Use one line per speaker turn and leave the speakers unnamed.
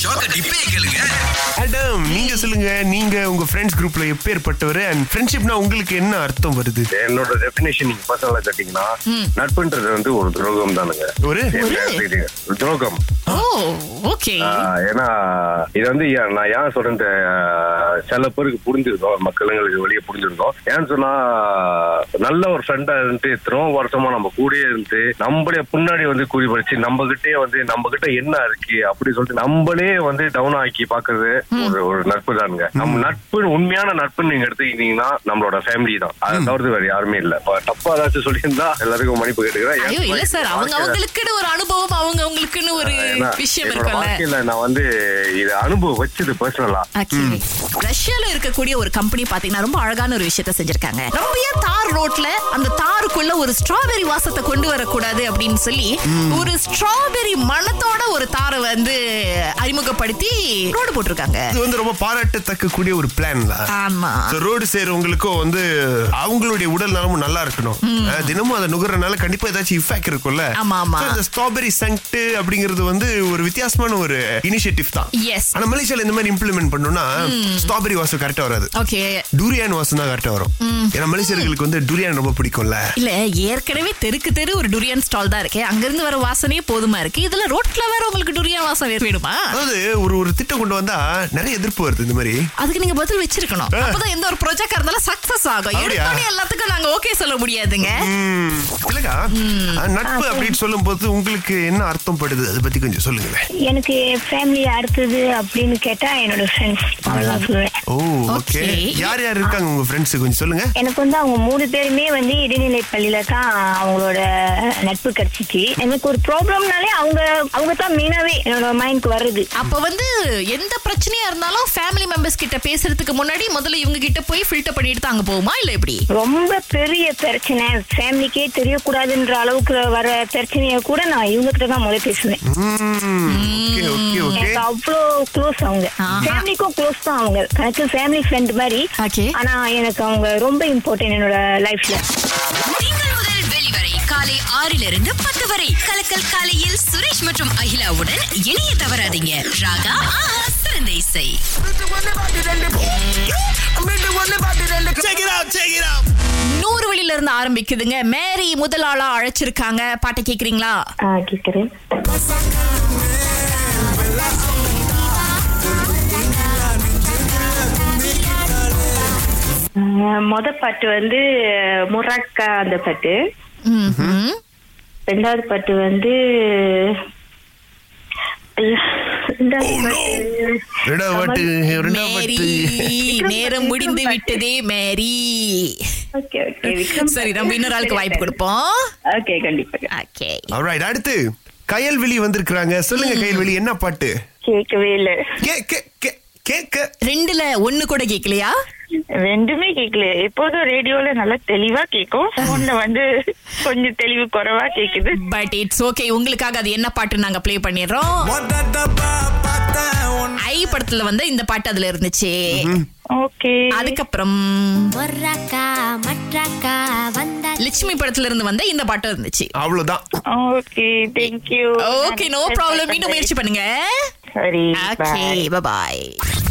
ஷாக்க டிப்பே கேளுங்க
அடம் நீங்க சொல்லுங்க நீங்க உங்க ஃப்ரெண்ட்ஸ் குரூப்ல எப்பேற்பட்டவர் அண்ட் ஃப்ரெண்ட்ஷிப்னா உங்களுக்கு என்ன அர்த்தம் வருது
என்னோட டெபினேஷன் நீங்க பர்சனலா கேட்டீங்கன்னா நட்புன்றது வந்து ஒரு துரோகம் தானுங்க
ஒரு
என்ன எடுத்துக்கிட்டீங்க? துரோகம்
ஓ ஓகே
ஆஹ், ஏன்னா இது வந்து ஏன் நான் ஏன் சொல்றேன் தெ- ஆஹ், சில பேருக்கு புரிஞ்சிருக்கோம் மக்களுங்களுக்கு வெளியே புரிஞ்சிருக்கோம் ஏன்னு சொன்னா நல்ல ஒரு ஃப்ரெண்டா இருந்து எத்தனோ வருஷமா நம்ம கூடயே இருந்து நம்மளே பின்னாடி வந்து குறி பறிச்சு நம்ம கிட்டே வந்து நம்ம கிட்ட என்ன இருக்கு அப்படி சொல்லிட்டு நம்மளே வந்து டவுன் ஆக்கி பாக்குறது ஒரு ஒரு நட்பு தானுங்க நம்ம நட்பு உண்மையான நட்பு நீங்க எடுத்துக்கிட்டீங்கன்னா நம்மளோட ஃபேமிலி தான் அதை தவிர்த்து வேற யாருமே இல்ல இப்ப தப்பா ஏதாச்சும் சொல்லியிருந்தா எல்லாருக்கும் மன்னிப்பு கேட்டுக்கிறேன்
ஐயோ இல்ல சார் அவங்க அவங்களுக்குன்னு ஒரு அனுபவம் அவங்க அவங்களுக்குன்னு ஒரு
ஏன்னா,
விஷயம்
என்னோட
இருக்கும்ல
வாழ்க்கையில நான் வந்து இது அனுபவம் வச்சது பர்சனலா
Okay. ரஷ்யால இருக்கக்கூடிய ஒரு கம்பெனி பாத்தீங்கன்னா ரொம்ப அழகான ஒரு விஷயத்த செஞ்சிருக்காங்க நிறைய தார் ரோட்ல அந்த தாருக்குள்ள ஒரு ஸ்ட்ராபெரி வாசத்தை கொண்டு வரக்கூடாது அப்படின்னு சொல்லி ஒரு ஸ்ட்ராபெரி மணத்தோட ஒரு தாரை வந்து அறிமுகப்படுத்தி ரோடு போட்டிருக்காங்க
இது வந்து ரொம்ப பாராட்டத்தக்க கூடிய ஒரு பிளான் தான்
ஆமா
ரோடு சேருவங்களுக்கும் வந்து அவங்களுடைய உடல் நலமும் நல்லா இருக்கணும் அஹ், தினமும் அதை நுகர்றனால கண்டிப்பா ஏதாச்சும் இஃபெக்ட் இருக்கும்ல
ஆமா, ஆமா.
So, இந்த ஸ்ட்ராபெரி சங்க்ட் அப்படிங்கிறது வந்து ஒரு வித்தியாசமான ஒரு இனிஷியேட்டிவ் தான்
Yes.
ஆனா மலேசியால இந்த மாதிரி இம்ப்ளிமெண்ட் பண்ணோம்னா ஸ்ட்ராபெரி வாசம் கரெக்டா வராது
ஓகே
டூரியான் வாசம் தான் கரெக்டா வரும் ஏன்னா மலேசியர்களுக்கு வந்து டூரியான் ரொம்ப பிடிக்கும்ல
இல்ல ஏற்கனவே தெருக்கு தெரு ஒரு டுரியன் ஸ்டால் தான் இருக்கு அங்கிருந்து வர வாசனையே போதுமா இருக்கு இதுல ரோட்ல வேற உங்களுக்கு டுரியன் வாசம் வேறு வேணுமா
அதாவது ஒரு ஒரு திட்டம் கொண்டு வந்தா நிறைய எதிர்ப்பு வருது இந்த மாதிரி
அதுக்கு நீங்க பதில் வச்சிருக்கணும்
ஆ.
அப்பதான் எந்த ஒரு ப்ரொஜெக்ட் இருந்தாலும் சக்சஸ் ஆகும்
அப்படியா?
எடுத்தோடனே எல்லாத்துக்கும் நாங்க ஓகே சொல்ல முடியாதுங்க
ம், திலகா அஹ், நட்பு அப்படின்னு சொல்லும் போது உங்களுக்கு என்ன அர்த்தம் படுது அதை பத்தி கொஞ்சம் சொல்லுங்களேன்
எனக்கு ஃபேமிலி அடுத்தது அப்படின்னு கேட்டா என்னோட ஃப்ரெண்ட்ஸ் அவ்வளவுதான் சொல்லுவேன்
ஓ
Okay.
ஓகே யார் யார் இருக்காங்க உங்க ஃப்ரெண்ட்ஸ் கொஞ்சம் சொல்லுங்க
எனக்கு வந்து அவங்க மூணு பேருமே வந்து இடைநிலை பள்ளியில தான் அவங்களோட நட்பு கிடைச்சிச்சு எனக்கு ஒரு ப்ராப்ளம்னாலே அவங்க அவங்க தான் மெயினாவே என்னோட மைண்ட்க்கு வருது
அப்ப வந்து எந்த பிரச்சனையா இருந்தாலும் ஃபேமிலி மெம்பர்ஸ் கிட்ட பேசுறதுக்கு முன்னாடி முதல்ல இவங்க கிட்ட போய் ஃபில்டர் பண்ணிட்டு தான் அங்க போகுமா இல்ல எப்படி
ரொம்ப பெரிய பிரச்சனை ஃபேமிலிக்கே தெரியக்கூடாதுன்ற அளவுக்கு வர பிரச்சனைய கூட நான் இவங்க கிட்ட தான் முதல்ல பேசுவேன்
ஓகே ஓகே ஓகே
எனக்கு அவ்வளோ க்ளோஸ் அவங்க
ஆஹா.
ஃபேமிலிக்கும் க்ளோஸ் தான் அவங்க எனக்கு ஃபேமிலி ஃப்ரெண்ட் மாதிரி
Okay.
ஆனா எனக்கு அவங்க ரொம்ப இம்பார்ட்டன்ட் என்னோட லைஃப்ல
திங்கள் முதல் வெளிவரை காலை ஆறிலிருந்து பத்து வரை கலக்கல் காலையில் சுரேஷ் மற்றும் அகிலாவுடன் இணைய தவறாதீங்க ராகா ஆஹா சிறந்த இசை
நூறு வழியில இருந்து ஆரம்பிக்குதுங்க மேரி முதல் ஆளா அழைச்சிருக்காங்க பாட்டை கேக்குறீங்களா
கேட்குறேன்
மொத பாட்டு வந்து முராக்கா அந்த பாட்டு
ம்ஹும்.
ரெண்டாவது பாட்டு வந்து ஐயோ, ரெண்டாவது பாட்டு
ரெண்டா வாட்டு ரெண்டா
மேரி
வாட்டு
நேரம் முடிந்து விட்டதே மேரி
ஓகே ஓகே விக்ரம்
சரி நம்ம இன்னொரு ஆளுக்கு வாய்ப்பு கொடுப்போம்
ஓகே கண்டிப்பா
ஓகே
alright அடுத்து கயல்விழி வந்திருக்காங்க சொல்லுங்க கயல்விழி என்ன பாட்டு
கேட்கவே இல்ல
கே கே கே கேக்க
ரெண்டுல ஒண்ணு கூட கேக்கலையா
ரெண்டுமே கேட்கல எப்போதும் ரேடியோல நல்லா தெளிவா கேட்கும் போன்ல வந்து கொஞ்சம் தெளிவு குறைவா கேக்குது
பட் இட்ஸ் ஓகே உங்களுக்காக அது என்ன பாட்டு நாங்க ப்ளே பண்ணிடுறோம் ஐ படத்துல வந்து இந்த பாட்டு அதுல இருந்துச்சு
ஓகே
அதுக்கப்புறம்
மொர்ராக்கா மற்றாக்கா வந்தா
லட்சுமி படத்துல இருந்து வந்த இந்த பாட்டு இருந்துச்சு
அவ்வளவுதான்
okay thank you
okay no problem மீண்டும் முயற்சி பண்ணுங்க
சரி
ஓகே பாய்